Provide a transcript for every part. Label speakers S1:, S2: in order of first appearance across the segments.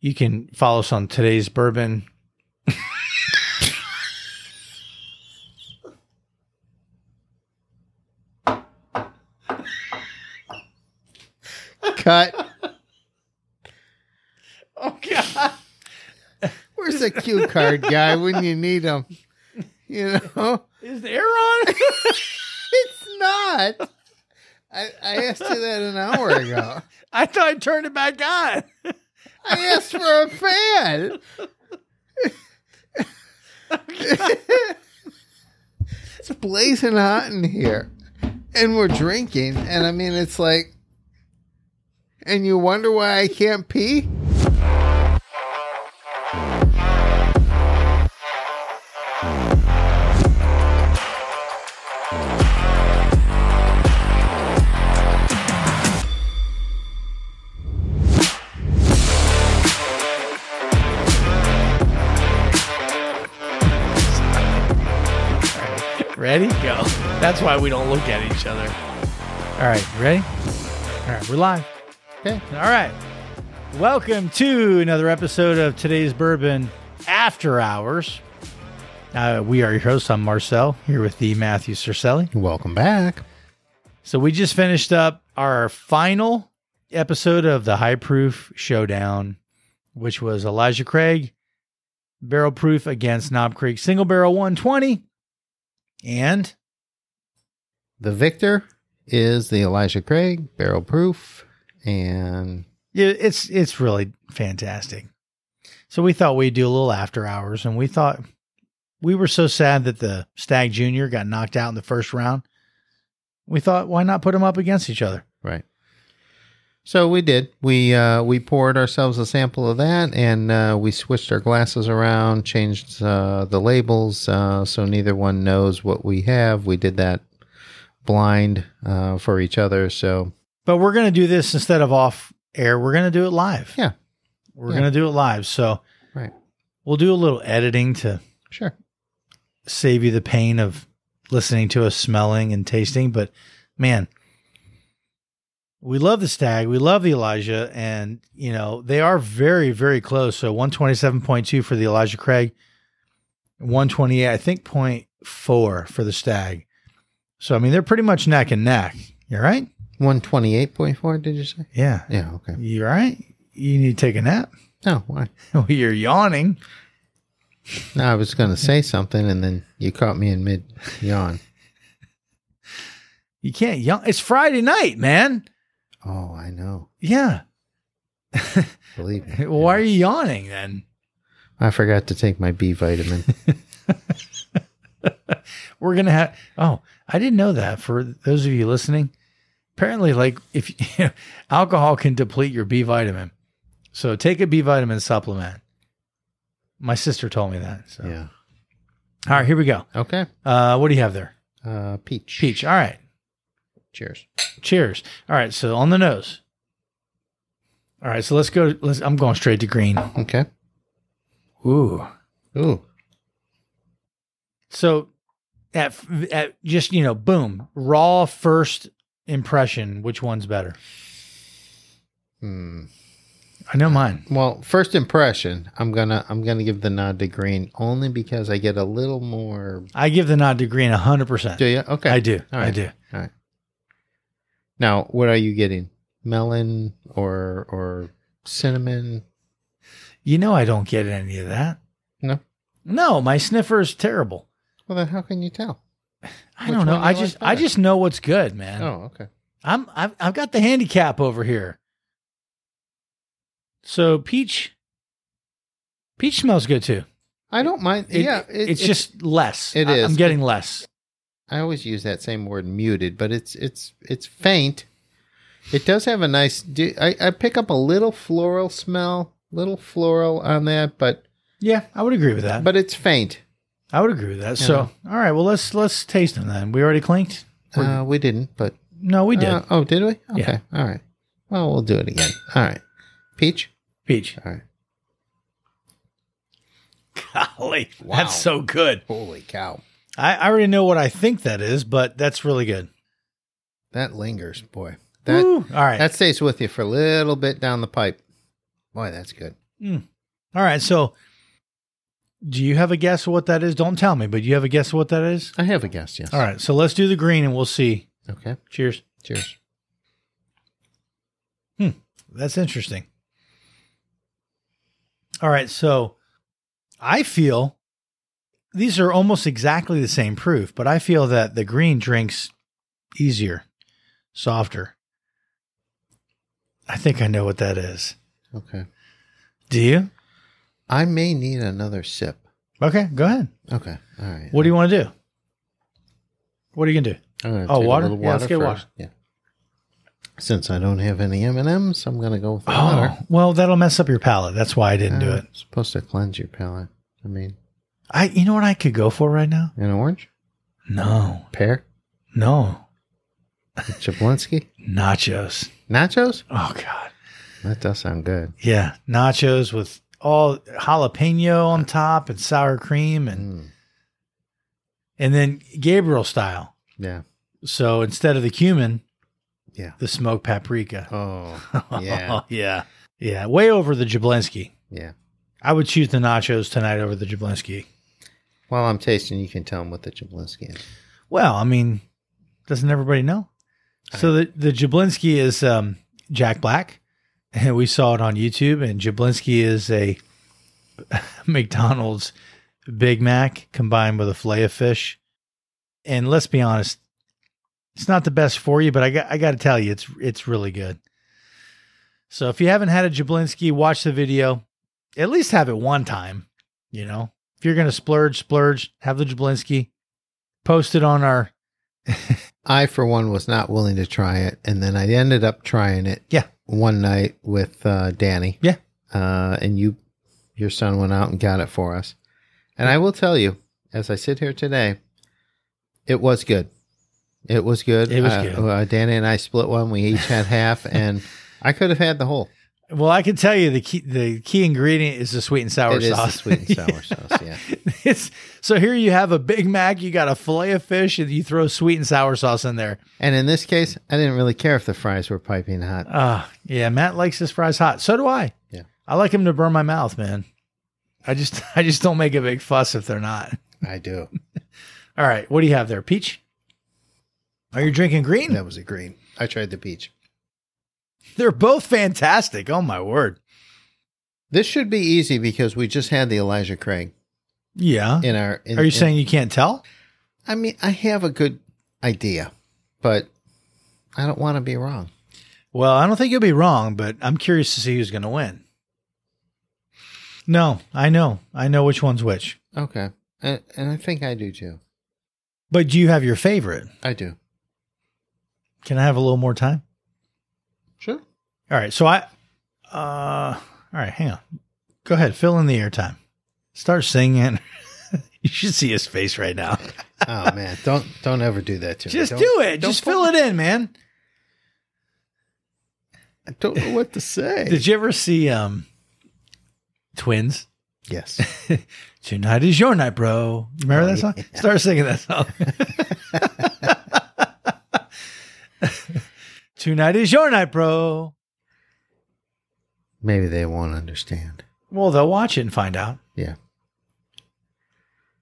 S1: You can follow us on today's bourbon.
S2: Cut.
S1: Oh God!
S2: Where's the cue card guy when you need him? You know,
S1: Is the air on?
S2: it's not. I, I asked you that an hour ago.
S1: I thought I turned it back on.
S2: I asked for a fan. it's blazing hot in here. And we're drinking. And I mean, it's like, and you wonder why I can't pee?
S1: Ready? Go. That's why we don't look at each other. All right, ready? All right, we're live.
S2: Okay.
S1: All right. Welcome to another episode of today's Bourbon After Hours. Uh, we are your hosts. I'm Marcel here with the Matthew Cercelli.
S2: Welcome back.
S1: So we just finished up our final episode of the High Proof Showdown, which was Elijah Craig barrel proof against Knob Creek single barrel 120. And
S2: The victor is the Elijah Craig, barrel proof. And
S1: yeah, it's it's really fantastic. So we thought we'd do a little after hours, and we thought we were so sad that the Stag Junior got knocked out in the first round. We thought, why not put them up against each other?
S2: Right. So we did. We uh, we poured ourselves a sample of that, and uh, we switched our glasses around, changed uh, the labels, uh, so neither one knows what we have. We did that blind uh, for each other. So
S1: But we're going to do this instead of off air. We're going to do it live.
S2: Yeah.
S1: We're
S2: Yeah.
S1: going to do it live. So
S2: Right.
S1: we'll do a little editing to
S2: sure,
S1: save you the pain of listening to us smelling and tasting. But man, we love the stag. We love the Elijah. And, you know, they are very, very close. So 127.2 for the Elijah Craig, 128, I think, 0.4 for the stag. So, I mean, they're pretty much neck and neck. You all right?
S2: one twenty eight point four. Did you say?
S1: Yeah.
S2: Yeah. Okay.
S1: You all right? You need to take a nap.
S2: No, Oh, why?
S1: You're yawning.
S2: No, I was going to say something, and then you caught me in mid yawn.
S1: You can't yawn. It's Friday night, man.
S2: Oh, I know.
S1: Yeah.
S2: Believe me.
S1: Why are you yawning then?
S2: I forgot to take my B vitamin.
S1: We're gonna have. Oh, I didn't know that. For those of you listening, apparently, like if alcohol can deplete your B vitamin, so take a B vitamin supplement. My sister told me that. So.
S2: yeah.
S1: All right, here we go.
S2: Okay.
S1: Uh, what do you have there?
S2: Uh, peach.
S1: Peach. All right.
S2: Cheers.
S1: Cheers. All right. So on the nose. All right. So let's go. Let's. I'm going straight to green.
S2: Okay.
S1: Ooh.
S2: Ooh.
S1: So at at just you know, boom, raw first impression. Which one's better?
S2: Hmm.
S1: I know mine.
S2: Well, first impression, I'm gonna I'm gonna give the nod to green only because I get a little more.
S1: I give the nod to green hundred percent.
S2: Do you? Okay.
S1: I do.
S2: All
S1: I
S2: right.
S1: do.
S2: Now, what are you getting? Melon or or cinnamon?
S1: You know, I don't get any of that.
S2: No?
S1: no, my sniffer is terrible.
S2: Well, then how can you tell?
S1: I
S2: Which
S1: don't know.
S2: one do
S1: I
S2: you like
S1: just, I
S2: better?
S1: just know what's good, man.
S2: Oh, okay.
S1: I'm, I've, I've got the handicap over here. So peach, peach smells good too.
S2: I don't mind.
S1: It-
S2: yeah, it-
S1: it's just less.
S2: it
S1: I- I'm
S2: is.
S1: getting less.
S2: I always use that same word muted, but it's it's it's faint. It does have a nice. do- I I pick up a little floral smell, little floral on that, but
S1: Yeah, I would agree with that.
S2: but it's faint.
S1: I would agree with that. So, all right, well let's let's taste them then. We already clinked.
S2: Uh, we didn't, but
S1: No, we did.
S2: Uh, oh, did we?
S1: Yeah.
S2: Okay. All right. Well, we'll do it again. All right. Peach.
S1: Peach.
S2: All right.
S1: Golly,
S2: Wow.
S1: that's so good.
S2: Holy cow.
S1: I, I already know what I think that is, but that's really good.
S2: That lingers, boy. That
S1: Woo. all right.
S2: that stays with you for a little bit down the pipe. Boy, that's good.
S1: All right. So, do you have a guess what that is? Don't tell me, but you have a guess what that is?
S2: I have a guess, yes.
S1: All right. So, let's do the green and we'll see.
S2: Okay.
S1: Cheers.
S2: Cheers.
S1: That's interesting. All right. So, I feel these are almost exactly the same proof, but I feel that the green drinks easier, softer. I think I know what that is.
S2: Okay.
S1: Do you?
S2: I may need another sip.
S1: Okay. Go ahead.
S2: Okay. All right.
S1: What do you want to do? What are you gonna do?
S2: I'm gonna
S1: Oh,
S2: take a
S1: water?
S2: little
S1: Yeah, let's get water.
S2: first. Yeah. Since I don't have any M and M's, I'm gonna go with the water.
S1: well, that'll mess up your palate. That's why I Oh, didn't do
S2: Uh,
S1: it.
S2: it's supposed to cleanse your palate. I mean,
S1: I, you know what I could go for right now?
S2: an orange,
S1: No,
S2: pear,
S1: no,
S2: Jablonski,
S1: nachos.
S2: nachos.
S1: Oh God,
S2: That does sound good.
S1: yeah, nachos with all jalapeno on top and sour cream and
S2: Mm.
S1: and then Gabriel style.
S2: Yeah.
S1: So instead of the cumin,
S2: Yeah.
S1: the smoked paprika.
S2: Oh. Yeah.
S1: yeah, yeah, way over the Jablonski.
S2: yeah.
S1: I would choose the nachos tonight over the Jablonski.
S2: While I'm tasting, you can tell them what the Jablonski is.
S1: Well, I mean, doesn't everybody know? So the the Jablinski is um, Jack Black, and we saw it on YouTube. And Jablinski is a McDonald's Big Mac combined with a fillet of fish. And let's be honest, it's not the best for you, but I got I got to tell you, it's it's really good. So if you haven't had a Jablinski, watch the video. At least have it one time. You know, if you're gonna splurge, splurge. Have the Jablinski. Post it on our
S2: I, for one, was not willing to try it, and then I ended up trying it.
S1: Yeah.
S2: One night with uh, Danny.
S1: Yeah.
S2: Uh, and you, your son went out and got it for us, and I will tell you, as I sit here today, it was good. It was good.
S1: It was
S2: Uh,
S1: good.
S2: Uh, Danny and I split one. We each had half, and I could have had the whole.
S1: Well, I can tell you the key the key ingredient is the sweet and sour
S2: It is the
S1: sauce.
S2: sweet and sour sauce. Yeah.
S1: It's- so here you have a Big Mac, you got a fillet of fish, and you throw sweet and sour sauce in there.
S2: And in this case, I didn't really care if the fries were piping hot.
S1: Ah, yeah, Matt likes his fries hot. So do I.
S2: Yeah.
S1: I like him to burn my mouth, man. I just I just don't make a big fuss if they're not.
S2: I do.
S1: All right, what do you have there? Peach? Are you drinking green?
S2: That was a green. I tried the peach.
S1: They're both fantastic. Oh my word.
S2: This should be easy because we just had the Elijah Craig
S1: Yeah.
S2: in our. In,
S1: Are you
S2: in-
S1: saying you can't tell?
S2: I mean, I have a good idea, but I don't want to be wrong.
S1: Well, I don't think you'll be wrong, but I'm curious to see who's going to win. No, I know. I know which one's which.
S2: Okay, and, and I think I do too.
S1: But do you have your favorite?
S2: I do.
S1: Can I have a little more time?
S2: Sure.
S1: All right. So I, uh, all right, hang on. Go ahead. Fill in the airtime. Start singing. you should see his face right now.
S2: Oh man, don't don't ever do that to
S1: Just
S2: me.
S1: do it. Just fill it in, man.
S2: I don't know what to say.
S1: Did you ever see, um, Twins?
S2: yes.
S1: Tonight is your night, bro. Oh, Remember that song? Start singing that song. Tonight is your night, bro.
S2: Maybe they won't understand.
S1: Well, they'll watch it and find out.
S2: Yeah.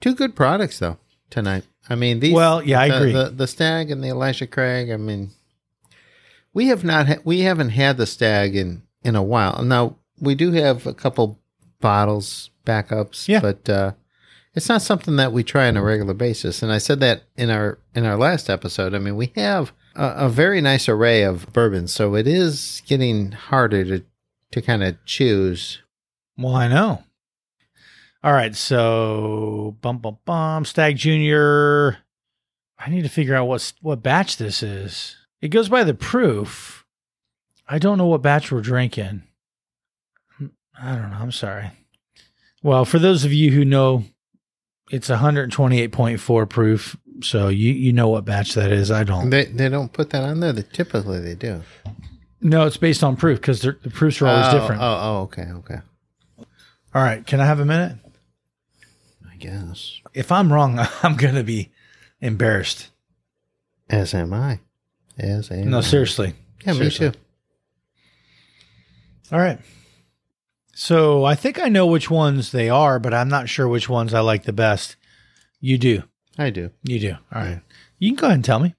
S2: Two good products though tonight. I mean these.
S1: Well, yeah, I
S2: the,
S1: agree.
S2: The, the stag and the Elisha Craig. I mean, we have not ha- we haven't had the stag in in a while. Now we do have a couple bottles backups,
S1: Yeah.
S2: but uh, it's not something that we try on a regular basis. And I said that in our in our last episode. I mean, we have a, a very nice array of bourbons, so it is getting harder to to kind of choose.
S1: Well, I know. All right, so bum bum bum, Stag Junior. I need to figure out what's what batch this is. It goes by the proof. I don't know what batch we're drinking. I don't know. I'm sorry. Well, for those of you who know, it's 128.4 proof, so you you know what batch that is. I don't.
S2: They they don't put that on there. They typically they do.
S1: No, it's based on proof because the proofs are always
S2: oh,
S1: different.
S2: Oh, oh, okay, okay.
S1: All right, can I have a minute?
S2: I guess.
S1: If I'm wrong, I'm gonna be embarrassed.
S2: As am I. As am
S1: No,
S2: I.
S1: seriously.
S2: Yeah, me
S1: Seriously.
S2: too.
S1: All right. So I think I know which ones they are, but I'm not sure which ones I like the best. You do.
S2: I do.
S1: You do. All right. You can go ahead and tell me.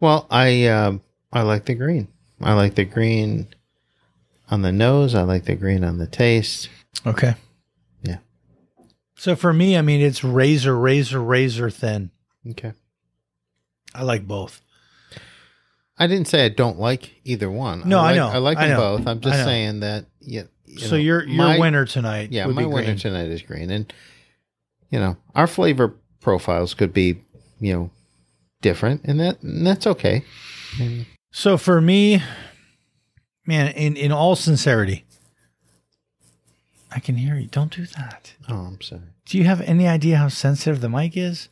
S2: Well, I um, I like the green. I like the green on the nose. I like the green on the taste.
S1: Okay.
S2: Yeah.
S1: So for me, I mean, it's razor, razor, razor thin.
S2: Okay.
S1: I like both.
S2: I didn't say I don't like either one.
S1: No, I
S2: like,
S1: know.
S2: I like
S1: I
S2: them
S1: know.
S2: both. I'm
S1: I
S2: just
S1: know.
S2: saying that. Yeah. you
S1: so
S2: know,
S1: your your
S2: my-
S1: winner tonight.
S2: Yeah,
S1: would
S2: my
S1: be
S2: winner
S1: green.
S2: tonight is green, and you know our flavor profiles could be you know different, and that and that's okay. And
S1: So for me, man, in in all sincerity, I can hear you. Don't do that.
S2: oh, I'm sorry.
S1: Do you have any idea how sensitive the mic is?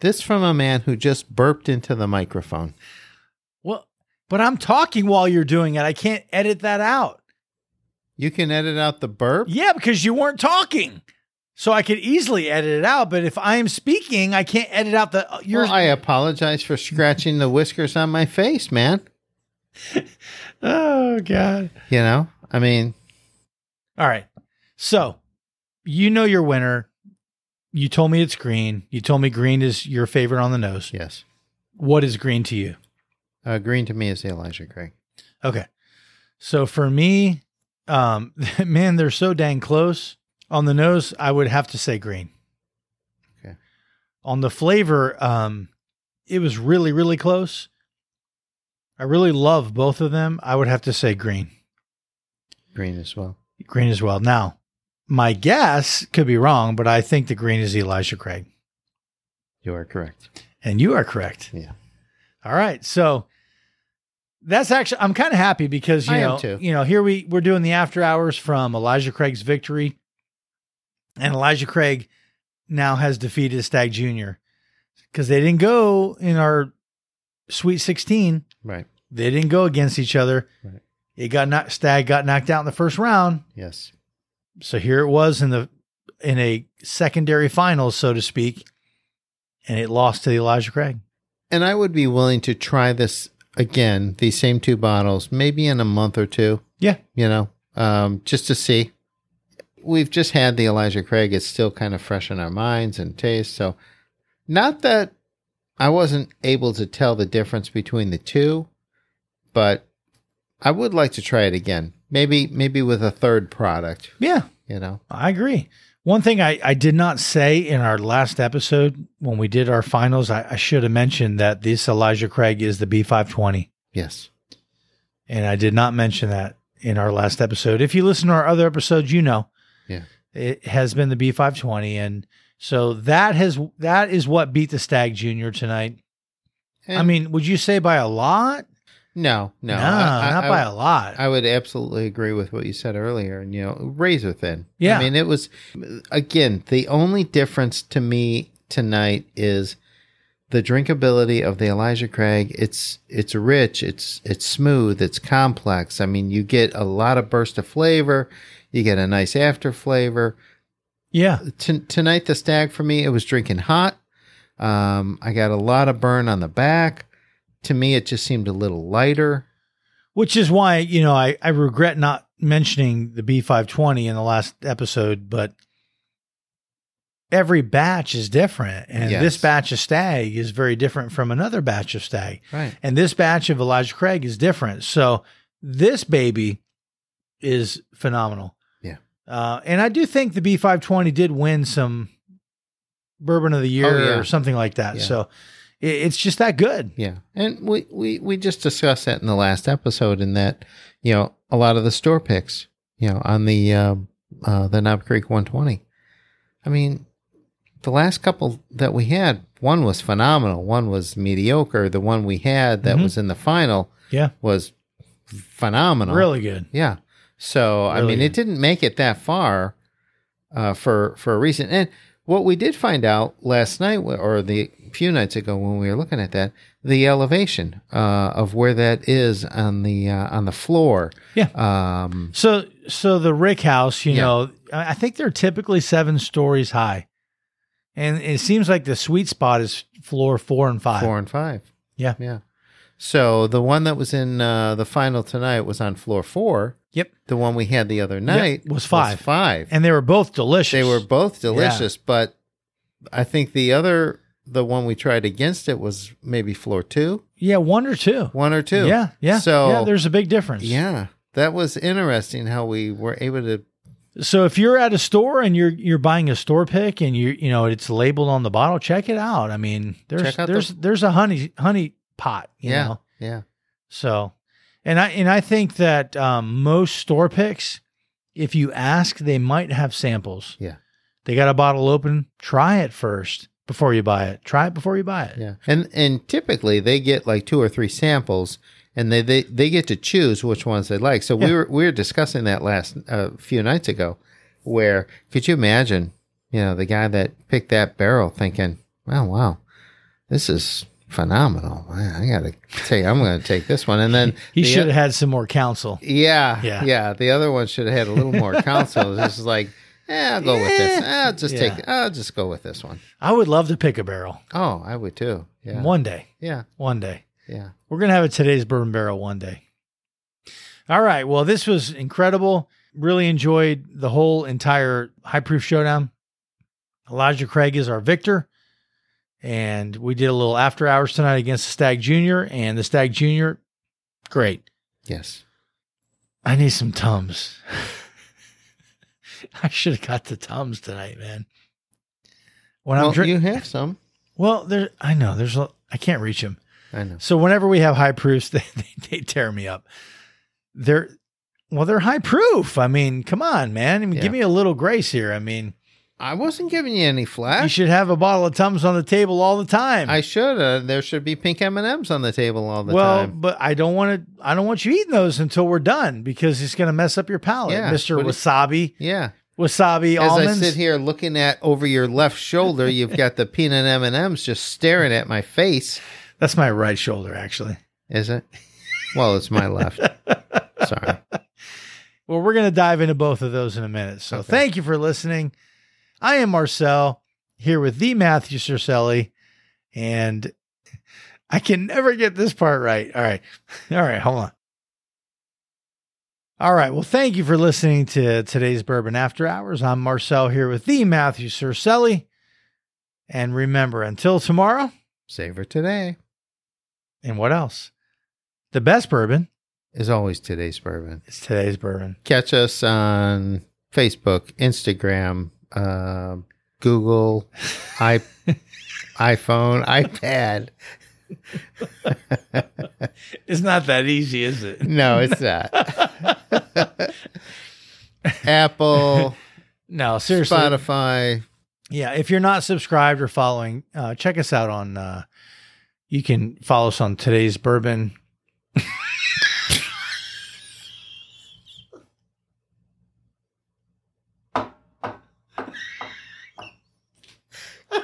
S2: This from a man who just burped into the microphone.
S1: Well, but I'm talking while you're doing it. I can't edit that out.
S2: You can edit out the burp.
S1: Yeah, because you weren't talking. So I could easily edit it out, but if I am speaking, I can't edit out the uh, your
S2: Well, I apologize for scratching the whiskers on my face, man.
S1: Oh god.
S2: You know, I mean,
S1: All right. So, you know your winner. You told me it's green. You told me green is your favorite on the nose.
S2: yes.
S1: What is green to you?
S2: Uh, green to me is the Elijah Craig.
S1: Okay. So for me, um, man, they're so dang close. On the nose, I would have to say green.
S2: Okay.
S1: On the flavor, um, it was really, really close. I really love both of them. I would have to say green.
S2: Green as well.
S1: Green as well. Now, my guess could be wrong, but I think the green is Elijah Craig.
S2: You are correct.
S1: And you are correct.
S2: Yeah.
S1: All right. So that's actually I'm kind of happy because you
S2: I am
S1: know
S2: too.
S1: you know here we we're doing the after hours from Elijah Craig's victory, and Elijah Craig now has defeated Stag Junior because they didn't go in our Sweet Sixteen.
S2: Right.
S1: They didn't go against each other.
S2: Right.
S1: It got knocked. Stag got knocked out in the first round.
S2: Yes.
S1: So here it was in the in a secondary final, so to speak, and it lost to Elijah Craig.
S2: And I would be willing to try this again, these same two bottles, maybe in a month or two.
S1: Yeah.
S2: You know, um, just to see. We've just had the Elijah Craig. It's still kind of fresh in our minds and taste. So, not that I wasn't able to tell the difference between the two, but I would like to try it again. Maybe, maybe with a third product,
S1: Yeah.
S2: you know?
S1: I agree. One thing I, I did not say in our last episode when we did our finals, I, I should have mentioned that this Elijah Craig is the B520.
S2: Yes.
S1: And I did not mention that in our last episode. If you listen to our other episodes, you know.
S2: Yeah.
S1: It has been the B520. And so that has that is what beat the Stag Junior tonight. I
S2: And-
S1: mean, would you say by a lot?
S2: no, no,
S1: no
S2: I- I-
S1: not
S2: I-
S1: by a lot.
S2: I would absolutely agree with what you said earlier. And, you know, razor thin.
S1: Yeah.
S2: I mean, it was, again, the only difference to me tonight is the drinkability of the Elijah Craig. It's, it's rich. It's, it's smooth. It's complex. I mean, you get a lot of burst of flavor. You get a nice after flavor.
S1: yeah.
S2: T- tonight, the stag for me, it was drinking hot. Um, I got a lot of burn on the back. To me, it just seemed a little lighter.
S1: Which is why, you know, I, I regret not mentioning the B520 in the last episode, but every batch is different. And
S2: Yes.
S1: this batch of stag is very different from another batch of stag.
S2: Right.
S1: And this batch of Elijah Craig is different. So this baby is phenomenal.
S2: Yeah.
S1: Uh, and I do think the B520 did win some bourbon of the year
S2: Oh, yeah.
S1: or something like that.
S2: Yeah.
S1: So it, it's just that good.
S2: Yeah. And we, we, we just discussed that in the last episode in that, you know, a lot of the store picks, you know, on the uh, uh the Knob Creek one twenty. I mean, the last couple that we had, one was phenomenal, one was mediocre. The one we had that
S1: Mhm.
S2: was in the final
S1: Yeah.
S2: was phenomenal.
S1: Really good.
S2: Yeah. So I
S1: Really
S2: mean, it didn't make it that far uh, for for a reason. And what we did find out last night, or the few nights ago when we were looking at that, the elevation uh, of where that is on the uh, on the floor.
S1: Yeah.
S2: Um,
S1: So, so the Rick House, you
S2: Yeah.
S1: know, I I think they're typically seven stories high, and it seems like the sweet spot is floor four and five.
S2: four and five.
S1: Yeah.
S2: Yeah. So the one that was in uh, the final tonight was on floor four.
S1: Yep.
S2: The one we had the other night
S1: was five.
S2: five.
S1: And they were both delicious.
S2: they were both delicious, but I think the other, the one we tried against it was maybe floor two,
S1: yeah, one or two.
S2: one or two.
S1: Yeah, yeah.
S2: So-
S1: yeah, there's a big difference.
S2: Yeah. That was interesting how we were able to.
S1: So if you're at a store and you're you're buying a store pick and you you know it's labeled on the bottle, check it out. I mean, there's
S2: Check out
S1: there's there's a honey honey pot. You
S2: Yeah.
S1: Know?
S2: Yeah.
S1: So, and I and I think that um, most store picks, if you ask, they might have samples.
S2: Yeah.
S1: They got a bottle open. Try it first before you buy it. Try it before you buy it.
S2: Yeah. And, and typically they get like two or three samples and they, they, they get to choose which ones they like. So we
S1: Yeah.
S2: were, we were discussing that last, a few nights ago where could you imagine, you know, the guy that picked that barrel thinking, oh, wow, this is phenomenal. Man, I got to take, I'm going to take this one. And then
S1: He
S2: the-
S1: should have had some more counsel.
S2: Yeah,
S1: Yeah.
S2: yeah, The other one should have had a little more counsel. This is like, eh, I'll go with this. Eh, I'll just
S1: Yeah.
S2: take. I'll just go with this one.
S1: I would love to pick a barrel
S2: Oh, I would too. Yeah,
S1: one day.
S2: yeah,
S1: One day.
S2: yeah.
S1: We're going to have a today's bourbon barrel one day. All right. Well, this was incredible. Really enjoyed the whole entire high proof showdown. Elijah Craig is our victor. And we did a little after hours tonight against the Stag Jr. And the Stag Jr., great.
S2: Yes.
S1: I need some Tums. I should have got the Tums tonight, man. When I'm
S2: Well,
S1: drinking,
S2: you have some.
S1: well, there, I know there's, a, I can't reach him.
S2: I know.
S1: So whenever we have high proofs, they, they, they tear me up. They're well, they're high proof. I mean, come on, man. I mean,
S2: Yeah.
S1: Give me a little grace here. I mean,
S2: I wasn't giving you any
S1: you
S2: flash.
S1: should have a bottle of Tums on the table all the time.
S2: I should. Uh, there should be pink M and M's on the table all the
S1: well,
S2: time.
S1: but I don't want to. I don't want you eating those until we're done because it's going to mess up your palate,
S2: Yeah,
S1: Mister
S2: but it-
S1: Wasabi.
S2: Yeah.
S1: Wasabi
S2: As
S1: almonds.
S2: I sit here looking at over your left shoulder, you've got the peanut M and M's just staring at my face.
S1: That's my right shoulder, actually.
S2: Is it? Well, it's my left. Sorry.
S1: Well, we're going to dive into both of those in a minute. So
S2: Okay.
S1: thank you for listening. I am Marcel here with the Matthew Cercelli, and I can never get this part right. All right. All right. Hold on. All right. Well, thank you for listening to today's Bourbon After Hours. I'm Marcel here with the Matthew Cercelli. And remember, until tomorrow,
S2: Savor today.
S1: and what else? The best bourbon
S2: is always today's bourbon.
S1: is today's bourbon.
S2: Catch us on Facebook, Instagram, uh, Google, i iPhone, iPad.
S1: It's not that easy, is it?
S2: No, it's not. Apple,
S1: No, seriously.
S2: Spotify.
S1: Yeah, if you're not subscribed or following, uh, check us out on. Uh, you can follow us on today's bourbon.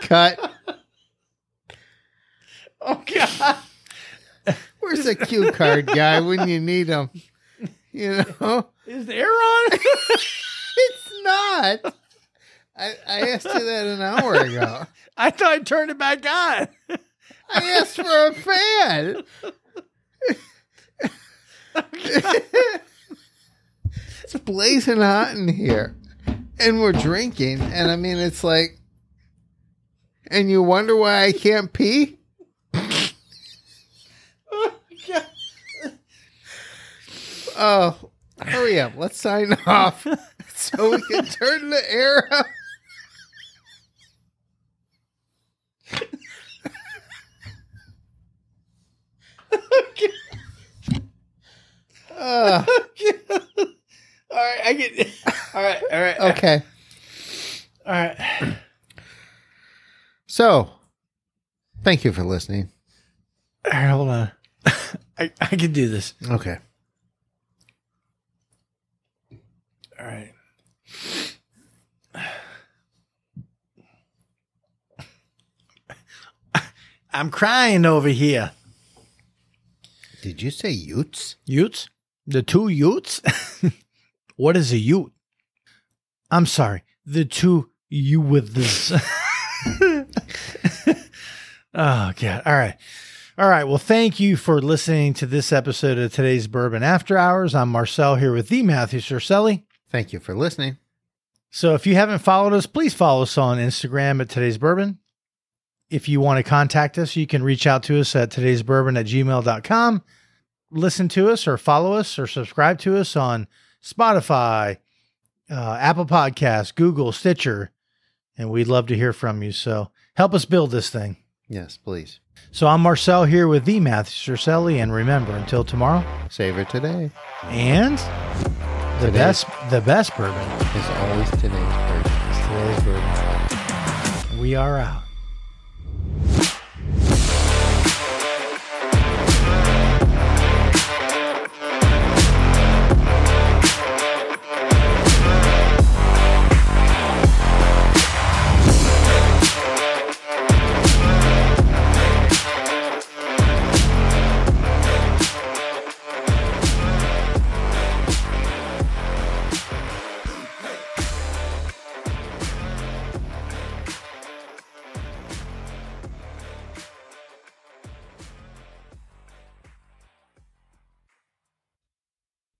S2: Cut.
S1: Oh God!
S2: Where's the cue card guy when you need him? You know,
S1: Is the air on?
S2: it's not. I, I asked you that an hour ago.
S1: I thought I turned it back on.
S2: I asked for a fan. it's blazing hot in here. And we're drinking. And I mean, it's like, and you wonder why I can't pee? Oh, hurry up. Let's sign off so we can turn the air up. Ugh.
S1: All right, I get. All right, all right,
S2: okay.
S1: all right.
S2: So, thank you for listening.
S1: All right, hold on. I I can do this.
S2: Okay.
S1: All right. I'm crying over here.
S2: Did you say Utes?
S1: Utes? The two Utes? what is a Ute? I'm sorry. The two you with this. oh god. All right. All All right. Well, thank you for listening to this episode of today's Bourbon After Hours. I'm Marcel here with the Matthew Cercelli.
S2: Thank you for listening.
S1: So if you haven't followed us, please follow us on Instagram at today's bourbon. If you want to contact us, you can reach out to us at today's bourbon at gmail.com. Listen to us or follow us or subscribe to us on Spotify, uh, Apple Podcasts, Google, Stitcher, and we'd love to hear from you. So help us build this thing.
S2: Yes, please.
S1: So I'm Marcel here with the Matthew Cercelli, and remember, until tomorrow,
S2: Savor today
S1: and the
S2: Today.
S1: best, the best bourbon
S2: is always today's birthday.
S1: is today's bourbon. We are out.